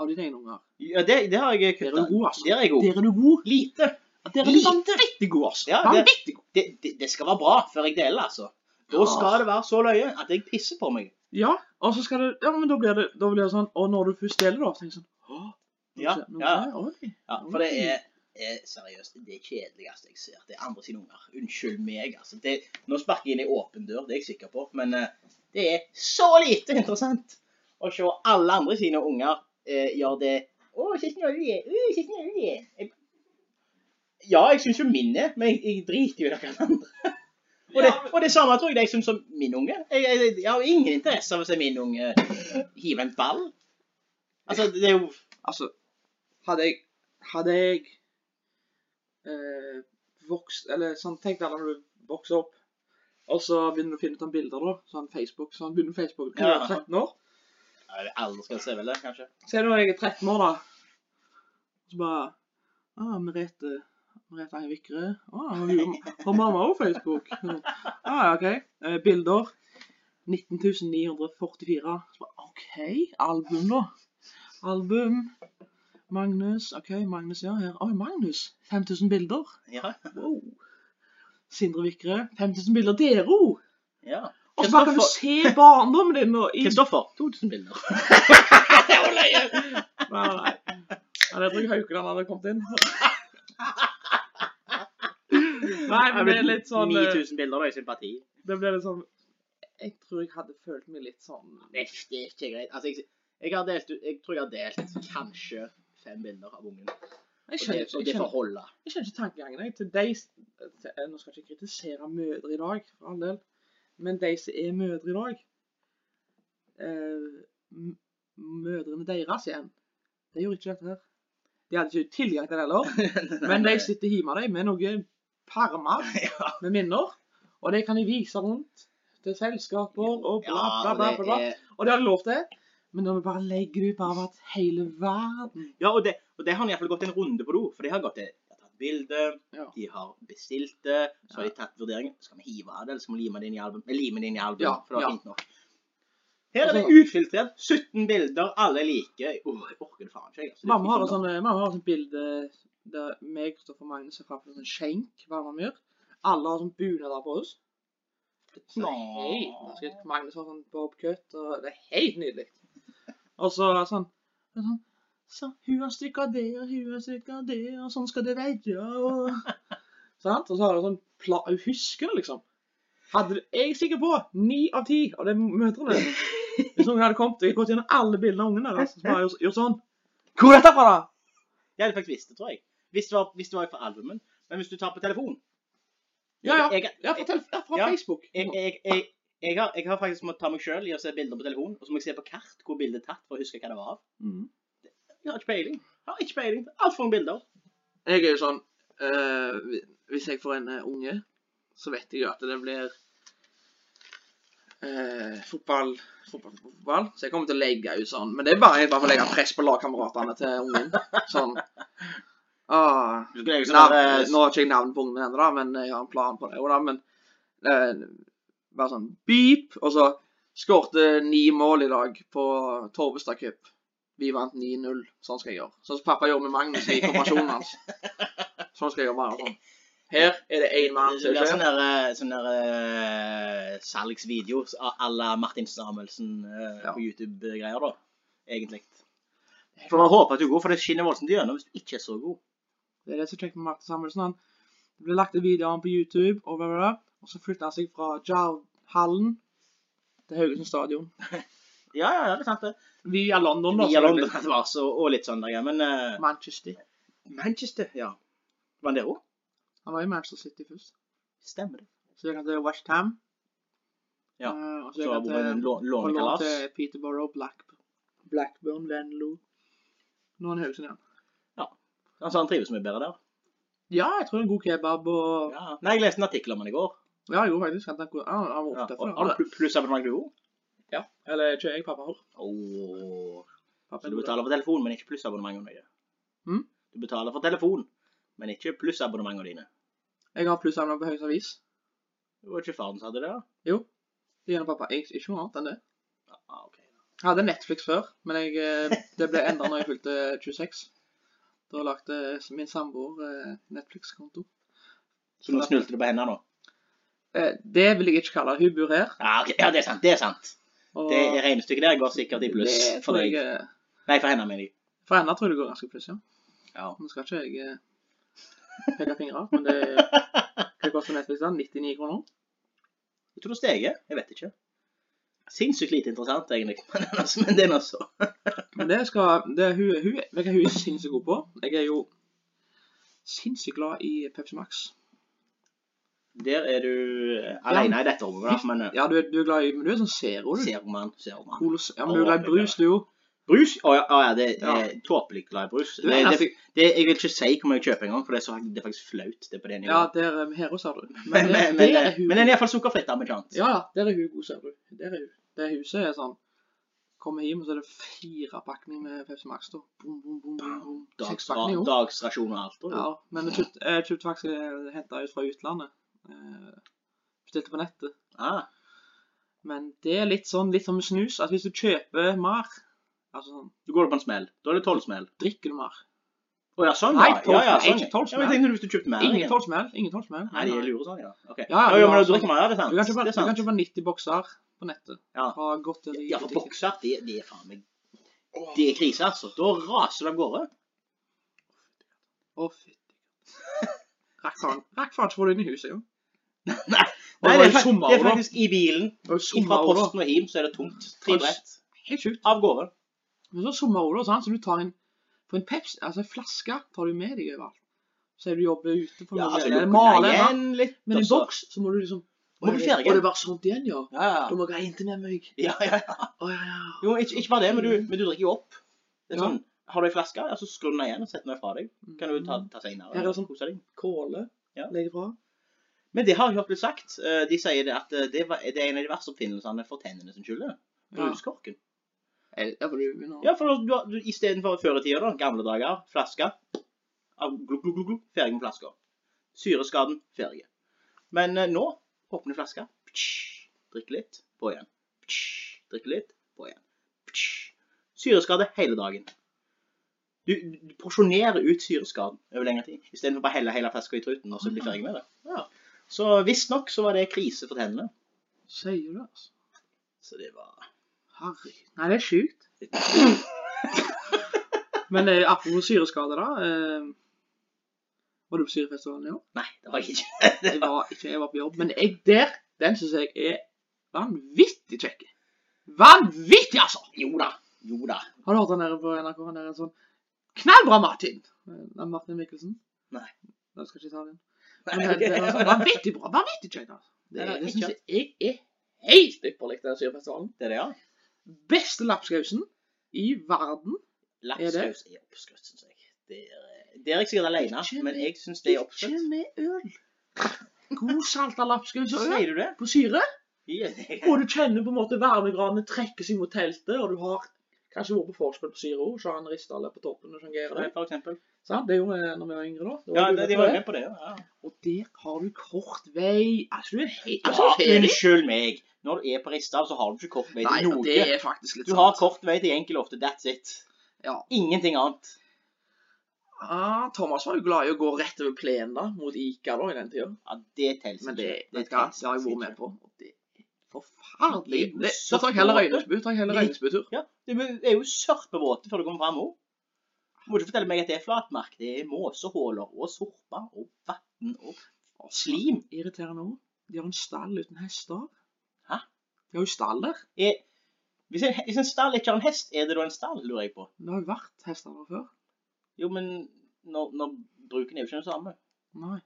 Av dine egne unger. Ja, det, det har jeg Der er kutta. du god, altså. Der er jeg god. Der er du god. Lite. Der er du Lite. vanvittig god, altså. Ja, det- vanvittig god. Det, det, det skal være bra før jeg deler, altså. Da Ja. skal det være så løye at jeg pisser på meg. Ja, og så skal det Ja, men da blir det, da blir det sånn Og når du først deler, da, så tenker jeg sånn Åh, nå Ja, skjer- nå ja. skjer- oi. Ja, for det er, er seriøst det kjedeligste jeg ser. Det er andre sine unger. Unnskyld meg, altså. Det, nå sparker jeg inn en åpen dør, det er jeg sikker på. Men eh, det er så lite interessant å se alle andre sine unger eh, gjøre det. Å, se så snill du er. Å, se så snill du er. Jeg- Ja, jeg syns jo min er, men jeg, jeg driter jo i noen andre. Og det, og det samme tror jeg det jeg syns om min unge. Jeg, jeg, jeg har jo ingen interesse av å se min unge hive en ball. Altså, det er jo Altså, hadde jeg Hadde jeg eh, vokst Eller sånn, tenk deg når du vokser opp, og så begynner du å finne ut om bilder, da. Sånn Facebook. Sånn begynner Facebook når du Ja. er 13 år. Ja, Alle skal se vel det, kanskje? Se nå, jeg er 13 år, da. Så bare ah, Merete Merete Ange Vikre. Ah, har hun- har mamma òg Facebook? Ah, OK. Eh, bilder. 19.944. Så bare, OK. Album, da. Album. Magnus. OK, Magnus, ja. Her. Oi, Magnus. 5000 bilder. Ja. Wow. Sindre Vikre. 5000 bilder dere òg. ja. Og så bare kan du se barndommen din nå i Kristoffer. 2000 bilder. det var løye! Nei, nei. Ja, det tror jeg Haukeland hadde kommet inn. Nei, men det er litt sånn eh, 9000 bilder da, i sympati. Det blir litt sånn Jeg tror jeg hadde følt meg litt sånn Det, det er ikke greit. Altså, jeg, jeg, har delt, ut- jeg tror jeg har delt kanskje fem bilder av ungen. Og Jeg det, skjønner, og jeg det får skjønner, holde. jeg skjønner ikke tankegangen. Jeg. Til de til, eh, Nå skal jeg ikke kritisere mødre i dag, for all del, men de som er mødre i dag eh, m- Mødrene deres igjen, de gjorde ikke dette her. De hadde ikke tilgang til det heller. Men de sitter hjemme de, med noen permer Ja. med minner, og det kan de vise rundt til selskaper og bla, bla, Ja, bla. og bla, bla. det er, Og det har de lov til. Men når vi bare legger ut bare at hele verden ja, og det, og det har han iallfall gått en runde på do, for de har gått til de har tatt bilde, Ja. de har bestilt det, så har Ja. de tatt vurderingen. Skal vi hive av det, eller skal vi lime det inn i album? eh, Lime det inn i album, Ja, for det var ja. fint nok. Her er det Altså- ufiltrert. 17 bilder, alle like. Åh, jeg orker det faen ikke. jeg, Altså, Mamma har da fint nok. sånn, mamma har sånn bilde der meg og Kristoffer Magnus er framfor en sånn skjenk hva man gjør. Alle har sånn bunader på oss. Så det er helt norsk. Magnus har sånn bobcut, og det er helt nydelig. Og så er det sånn, det er sånn så, Hun har strikka det, og hun har strikka det, og sånn skal det være, og Sant? Og så har hun sånn pla Hun husker det, liksom. Hadde, du- jeg er sikker på ni av ti av de mødrene Hvis noen hadde kommet og gått gjennom alle bildene av ungene deres, så bare gjort, gjort sånn Hvor er dette fra, da? sånn- Jeg hadde faktisk visst det, tror jeg. Hvis det var, hvis det var fra albumen. Men hvis du tar på telefon Ja, ja. Jeg, Ja, fra, telef- ja, fra Ja. Facebook. jeg, jeg, jeg, jeg, har, jeg har faktisk måttet ta meg sjøl i å se bilder på telefon, og så må jeg se på kart hvor bildet er tatt, for å huske hva det var av. Mhm. Jeg har ikke peiling. Jeg har ikke peiling. Altfor mange bilder. Jeg er jo sånn eh, hvi- Hvis jeg får en eh, unge, så vet jeg jo at det blir eh, fotball, fotball, fotball. Så jeg kommer til å legge ut sånn. Men det er bare, bare for å legge press på lagkameratene til ungen. Sånn. Ah, Du skulle navn, nå har ikke jeg navn på ungen ennå, da, men jeg har en plan på det. jo da, men eh, Bare sånn beep, og så skårte ni mål i dag på Torvestad Cup. Vi vant 9-0. Sånn skal jeg gjøre. Sånn som pappa gjorde med Magnus i konfirmasjonen hans. Sånn skal jeg gjøre bare sånn. Her er det én mann Det som blir ikke sånn der, eh, sånn der eh, salgsvideo à la Martin Samuelsen eh, Ja. på YouTube-greier, da. Egentlig. For man håper at du er god, for det skinner voldsomt gjennom hvis du ikke er så god. Det er det som er kjekt med Martin Samuelsen. Han det ble lagt ut videoer av han på YouTube, og, bla, bla, bla, og så flytta han seg fra Jarv-hallen til Haugesund stadion. Ja, ja, ja, det er sant, det. Via London, da. Via London selvfølgelig. det var så, og litt sånn der, ja. Men eh, Manchester. Manchester, ja. Var han der òg? Han var i Manchester City først. Stemmer det. Så gikk han til West Ham. Ja, Eh, og så Så gikk han var det en til, lå- på lån lånekalas. til Peterborough, Black, Blackburn, Venlo. Nå er han i Haugesund igjen. Han sa han trives mye bedre der. Ja, jeg tror det er en god kebab og Ja. Nei, jeg leste en artikkel om han i går. Ja, jo, faktisk. Han, tenker, han, han var Ja. opptatt og- for Har du det. pl- plussabonnement, du òg? Ja. Eller ikke jeg, pappa har. Åh. Pappa Så er du god. betaler for telefon, men ikke plussabonnementene dine? Mm? Du betaler for telefon, men ikke plussabonnementene dine. Jeg har plussamla på Haugesund Avis. Det var ikke faren som hadde det? da? Det gjelder pappa. Jeg, ikke noe annet enn det. Ah, ok. Jeg hadde Netflix før, men jeg, eh, det ble endra når jeg fylte 26. Da lagde min samboer eh, Netflix-konto. Så nå snulte du på henne nå? Eh, Det vil jeg ikke kalle det. Hun bor her. Ja, ok. ja, det er sant. Det er sant. og- Det regnestykket der går sikkert i pluss Det for tror deg. jeg, eh, Nei, for henne, mener jeg. For henne tror jeg det går ganske pluss, ja. Ja. Nå skal ikke jeg eh, peke fingre, men det hva koster Netflix da? 99 kroner? Jeg tror det steget. Jeg vet ikke. Sinnssykt lite interessant, egentlig. Men den altså, men den altså. Men det skal det, er hun, hun, Vet du hva hun er sinnssykt god på? Jeg er jo sinnssykt glad i Pepsi Max. Der er du eh, alene i dette rommet, da. Men eh, Ja, du, er- du er glad i Men du er sånn zero, du. ser man, ser man. Cola, ja, men du er glad i brus, du jo. Brus? Å ja, å ja, det Ja. er tåpelig glad i brus. Du Det, er det, nesten- det, jeg vil ikke si hvor mye jeg kjøper engang, for det er, så, det er faktisk flaut. det er på det Ja, nivået. der eh, her også, ser du. Men, det- men, der men, er hun men den er iallfall sukkerfritt amerikansk. Ja, ja, der er hun god, ser du. Der er hun. Det huset er sånn Kommer hjem, og så er det fire pakninger med Pepsi Max. da. Bom, bom, bom, bom, bom. Seks Dagsra, pakninger. jo. dagsrasjon og alt. og- Ja, men jeg kjøpte, jeg kjøpte faktisk henta ut fra utlandet. Eh, Bestilte på nettet. Ah, Men det er litt sånn litt som med snus, at hvis du kjøper mer Altså sånn, du går det på en smell. Da er det tolv smell. drikker du mer. Å ja, sånn, Nei, ja. tolv ja, ja, smell, sånn, ikke ja. tolv Ja, men jeg smell. tenkte du hvis du kjøpte mer. Ingen egentlig. tolvsmell. Ingen tolvsmell. Nei, de er lure sånn, ja. Ok. ja, ja, du jo, men har du drikker sånn- mer, ja, det er sant. Du kan kjøpe, du det er kan sant. kjøpe 90 bokser på nettet. Ja. Fra godteri. Ja, for bokser, det, det er faen meg Det er krise, altså. Da raser det av gårde. Å, fytti. Rakk faen rakk faen ikke få det inn i huset, jo. Nei, Og Nei det det, var er i faktisk, det er sommerår, da. faktisk i bilen. Det var i Fra sommerår, da. Posten og hjem så er det tomt. Tre Oi. brett. Helt sjukt. Av gårde. Men så sommerår, da, sant? så du tar en, for en Pepsi, altså en flaske tar du med deg overalt. Så er du jobber ute på Ja, noe, altså, eller lukker maler, sant? igjen litt. Men i og så- boks så må du liksom Må Å, du skjære Å, igjen? det var sånt sånn igjen, ja. Ja, ja. Da må jeg ha inntil med meg. ja, ja, ja. Å, ja, ja. Jo, ikke, ikke bare det, men du, men du drikker jo opp. Det er Mm. Ja. sånn, Har du ei flaske, ja, så skrur du den igjen og setter den fra deg. Kan du ta, ta Mm. Ja, det senere er og sånn. kose deg. Kåle Ja. legger fra. Men det har jeg hørt blitt sagt. Eh, De sier det at eh, det, var, det er en av de verste oppfinnelsene for tennene sin skyld. det. Bruskorken. Er det derfor du begynner? Ja, for du, har- du, istedenfor før i tida, da, gamle dager, flaske Av glug, glug, glug, glug, Ferdig med flaska. Syreskaden ferdig. Men eh, nå åpner flaska. Ptsj, Drikker litt, på igjen. Ptsj, Drikker litt, på igjen. Ptsj. Syreskade hele dagen. Du, du porsjonerer ut syreskaden over lengre tid, istedenfor bare å helle hele flaska i truten og så bli ferdig med det. Ja. Så visstnok så var det krise for tennene. Sier du det, altså? Så det var Herregud. Nei, det er sjukt. Men eh, apropos syreskade, da. Eh, var du på syrefestivalen i år? Nei, det var jeg ikke. Det Jeg var... var ikke, jeg var på jobb. Men jeg der, den syns jeg er vanvittig kjekk. Vanvittig, altså! Jo da. Jo da. Har du hørt han der på NRK? Han der er en sånn knallbra Martin. Eh, Martin Mikkelsen? Nei. Da skal jeg ikke ta den. Men Nei, det, det var sånn vanvittig bra. Vanvittig kjekk, altså. Det, det, Nei, det er syns ikke. jeg er helt ypperlig, den syrefestivalen. Det er det, ja. Beste lapskausen i verden. Lapskaus er oppskrytt, syns jeg. Det er, det er jeg sikkert alene, Ikke men med- jeg syns det er oppskrytt. Ikke med øl. God salta lapskaus og øl Sier du det? på syre. Ja, Og du kjenner på en måte varmegradene trekke seg mot teltet, og du har kanskje vært på forspill på syre òg, så han rista alle på toppen og sjangerer det. For eksempel. Sant? Det gjorde jeg når vi var yngre, da. da. Ja, var du de med de på var det. med på det. ja. Og der har du kort vei Altså, du er helt altså, Ja, du er helt- unnskyld meg. Når du er på Ristad, så har du ikke kort vei Nei, til og det noe. er faktisk litt sånn. Du har sant. kort vei til enkel ofte. That's it. Ja. Ingenting annet. Ah, Thomas var jo glad i å gå rett over plenen da, mot Ica da, i den tida. Ja, det teller Men det, vet du hva, teller det har jeg vært med ikke. på. Og det er forferdelig. Det er jo Det, da tar jeg heller søppelmåte. Røynesbu. Tar jeg heller Lik- Røynesbu-tur. Ja, det er jo sørpevåte før du kommer fram òg. Må ikke fortelle meg at det er flatmark. Det er måsehuller og sorper og vann og slim. Irriterende òg. De har en stall uten hester. Hæ? De har jo stall der. Er, hvis, en, hvis en stall ikke har en hest, er det da en stall, lurer jeg på? Det har jo vært hester der før. Jo, men når, når bruken er jo ikke den samme. Nei.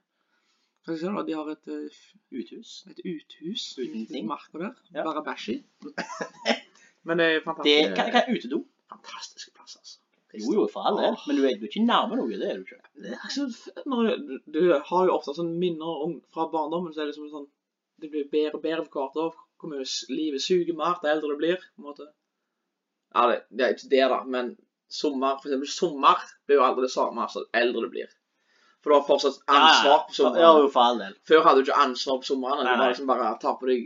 Skal vi se, da. De har et, eh, f- Uthus. et uthus Uten ute i ting. marka der. Ja. Bare bæsj i. Men det er Det fantastisk. kan, kan utedo. Fantastiske plasser, altså. Jo, jo, for all del. Men du er, du er ikke nærme noe, det er du ikke. Det er så f- Altså, når du, du har jo ofte sånn minner om, fra barndommen, så er det liksom sånn Det blir bedre og bedre for hvert år. Hvor mye s- livet suger mer til eldre du blir. på en måte. Ja, det, det er ikke det, da, men sommer for eksempel, sommer blir jo aldri det samme som eldre du blir. For du har fortsatt ansvar på Ja, ja, sommeren. jo, for all del. Før hadde du ikke ansvar på sommeren. Nei, Du nei. bare liksom bare tar på deg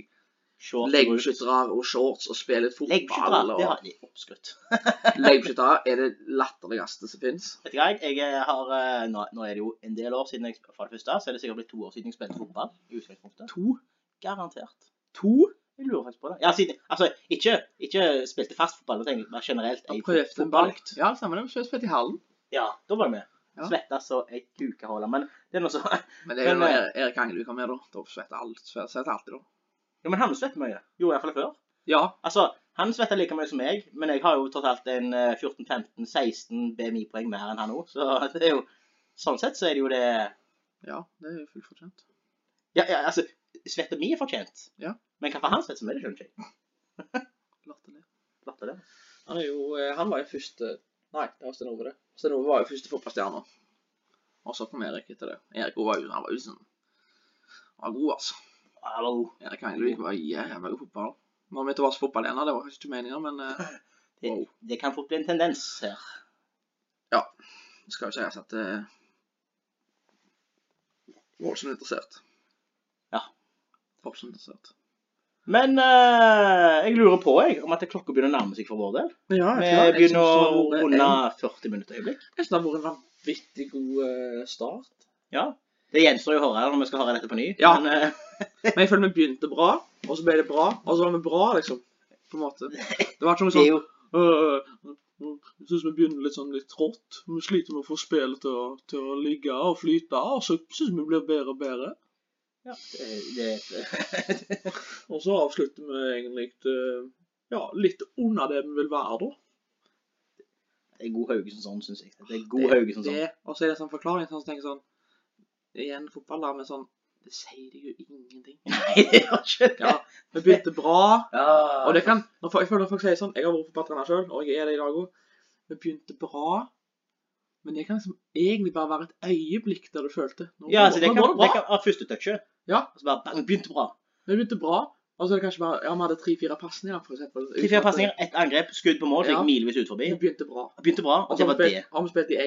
Short bruk. leggskyttere og shorts og spiller litt Leggskyttere, fotball. det og- har de oppskrytt. Leggskyttere er det latterligste som fins. Vet du hva, jeg jeg har, eh, nå, nå er det jo en del år siden jeg, for det første, så er det sikkert blitt to år siden jeg spilte fotball i utgangspunktet. To. Garantert. To? Jeg lurer faktisk på det. Ja, siden, altså, ikke, ikke spilte fast fotball, men tenkte bare generelt. Da jeg prøvde en fotball. ball. Ja, stemmer det. Vi spilte i hallen. Ja, da var jeg med. Ja. Svetta så jeg kuka holder. Men det er noe så... Men det er jo Men, når Er- Erik Angel kommer med, da. Da svetter alt. Svetter svetter alltid, da. Jo, men han svetter mye. Jo, i hvert fall før. Ja. Altså, han svetter like mye som meg, men jeg har jo tross alt en eh, 14-15-16 BMI-poeng mer enn han òg, så det er jo Sånn sett så er det jo det ja, det er jo fullt fortjent. Ja, ja altså, svetta mi er fortjent. Ja. Men hva for han svetter, så er det skjønner ikke jeg. Latterlig. Latter det. Han, er jo, eh, han var jo første Nei, det var Sten Ove, det. Sten Ove var jo første fotballstjerne. Og så kom Erik etter det. Erik også var jo han var jo sånn Han var god, altså. Hallo. Erik Angel var jævla god i fotball. Når vi tilbake til fotball igjen, da, det var kanskje ikke meninga, men eh, Det, Wow. det kan fort bli en tendens her. det skal jo sies at eh, Voldsomt interessert. Ja. Voldsomt interessert. Men eh, jeg lurer på jeg, om at klokka begynner å nærme seg for vår del. Ja, Vi begynner å runde 40 minutter i øyeblikk. Jeg synes det har vært en vanvittig god eh, start. Ja. Det gjenstår jo å høre når vi skal høre dette på ny. Ja. Men eh, Men jeg føler vi begynte bra, og så ble det bra, og så var vi bra, liksom. På en måte. Det var ikke noe det er sånn jo «Øh, øh, Jeg synes vi begynner litt sånn litt trått. Vi sliter med å få spillet til, å- til å ligge og flyte, og så synes vi blir bedre og bedre. ja, eh, det, det, Og så avslutter vi egentlig eh, ja, litt under det vi vil være, da. det er god Haugesund sånn, syns jeg. Det er god Haugesund sånn. Det, og så er det sånn forklaring sånn, så tenker jeg sånn Igjen fotball, da, men sånn Det sier deg jo ingenting. Nei, det var ikke det. Ja, vi begynte bra. Ja. Og det kan, når folk, jeg føler at folk sier sånn, jeg har vært fotballtrener selv, og jeg er det i dag også. Vi begynte bra, men det kan liksom egentlig bare være et øyeblikk der du følte. Nå, Ja, altså, det nå kan, går det det bra. kan, ah, første touchet. Ja. Og så bare bang, begynte bra. Det begynte bra. Og så er det kanskje bare Ja, vi hadde tre-fire pasninger, for eksempel. Tre-fire pasninger, ett angrep, skudd på mål, Ja. fikk milevis ut forbi. Det begynte bra. Begynte bra, Og og så det har var vi det. spilt, har vi spilt i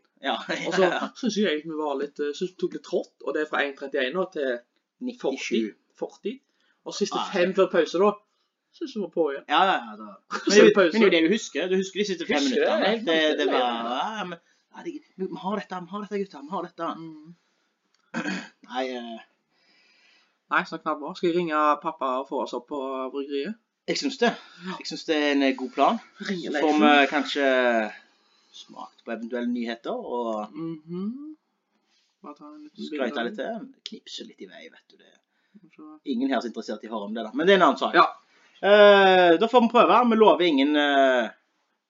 1.31. Ja. Og så syns jeg egentlig vi var litt eh, synes vi tok litt trått. Og det er fra 1.31 nå til 40. 97. 40. Og siste Ah. fem før pause, da, syns vi var på igjen. Ja, ja, ja. da- Men Så er det, det pause. men det er jo det du husker. Du husker de siste fem Husker det, minuttene. helt Det, det, riktig, var ja. ja, men, ja, det, Vi har dette, vi har dette, gutter. Vi har dette. Nei, eh, Nei, så knall bra. Skal jeg ringe pappa og få oss opp på bryggeriet? jeg syns det. Jeg syns det er en eh, god plan. Ringe Så Leif. får vi kanskje smakt på eventuelle nyheter og Mhm. Bare ta en liten bilde skrøyte av litt det. til. Knipse litt i vei, vet du det. Så- Ingen her er så interessert i å høre om det, da. Men det er en annen sak. Ja. Eh, da får vi prøve. Vi lover ingen, eh,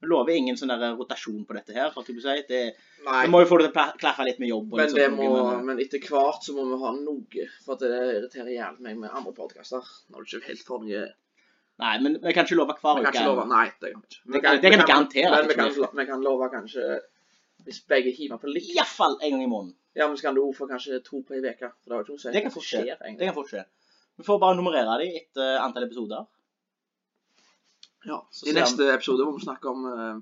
vi lover ingen sånn der rotasjon på dette her. holdt jeg på å si. Det, Nei, vi må sånn jo få det til å pla- klaffe litt med jobb. og men, litt det sånt, må, men etter hvert så må vi ha noe, for at det irriterer jævlig meg med andre podkaster. Når du ikke helt får noe Nei, men vi kan ikke love hver Vi kan uke. ikke love Nei, det kan vi ikke. Det kan- det kan vi garantere at Men det vi ikke kan, blir. vi kan love kanskje Hvis begge hiver på litt, Iallfall en gang i måneden. ja, men så kan du også få kanskje to på ei uke. For det har jo ikke noe å si. Det kan Hva fort skje. skjer, Det egentlig. kan fort skje. Vi får bare nummerere dem etter antall episoder. Ja, Så I ser neste episode må vi snakke om eh,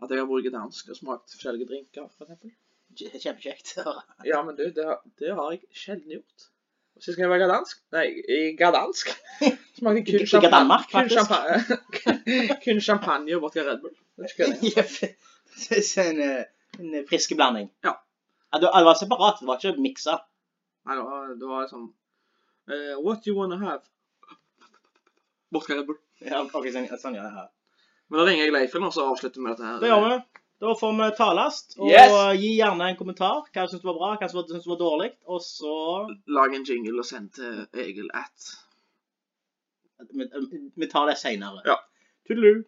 eh, at jeg har brukt dansk og smakt forskjellige drinker, for eksempel. Kje- Kjempekjekt. Ja, men du, det, har- det har jeg sjelden gjort. Sist gang jeg var gadansk Nei, jeg gadansk. Smakte I kun champagne. Danmark, Kun faktisk. champagne, kun champagne og vodka Red Bull. Vet ikke hva det er. Jepp. Det er en, eh, en frisk blanding. Ja. det det var separat, det var ikke miksa. Nei, det var, det var liksom eh, What do you wanna have? Vodka Red Bull. Ja, ok, sånn, sånn gjør jeg her. Men da ringer jeg Leifen, og så avslutter vi dette her. Det gjør vi. Da får vi talast. Og Yes! gi gjerne en kommentar. Hva du syns var bra, hva du syns var dårlig. Og så Lag en jingle og send til Egil at Vi vi tar det seinere. Ja. Tudelu.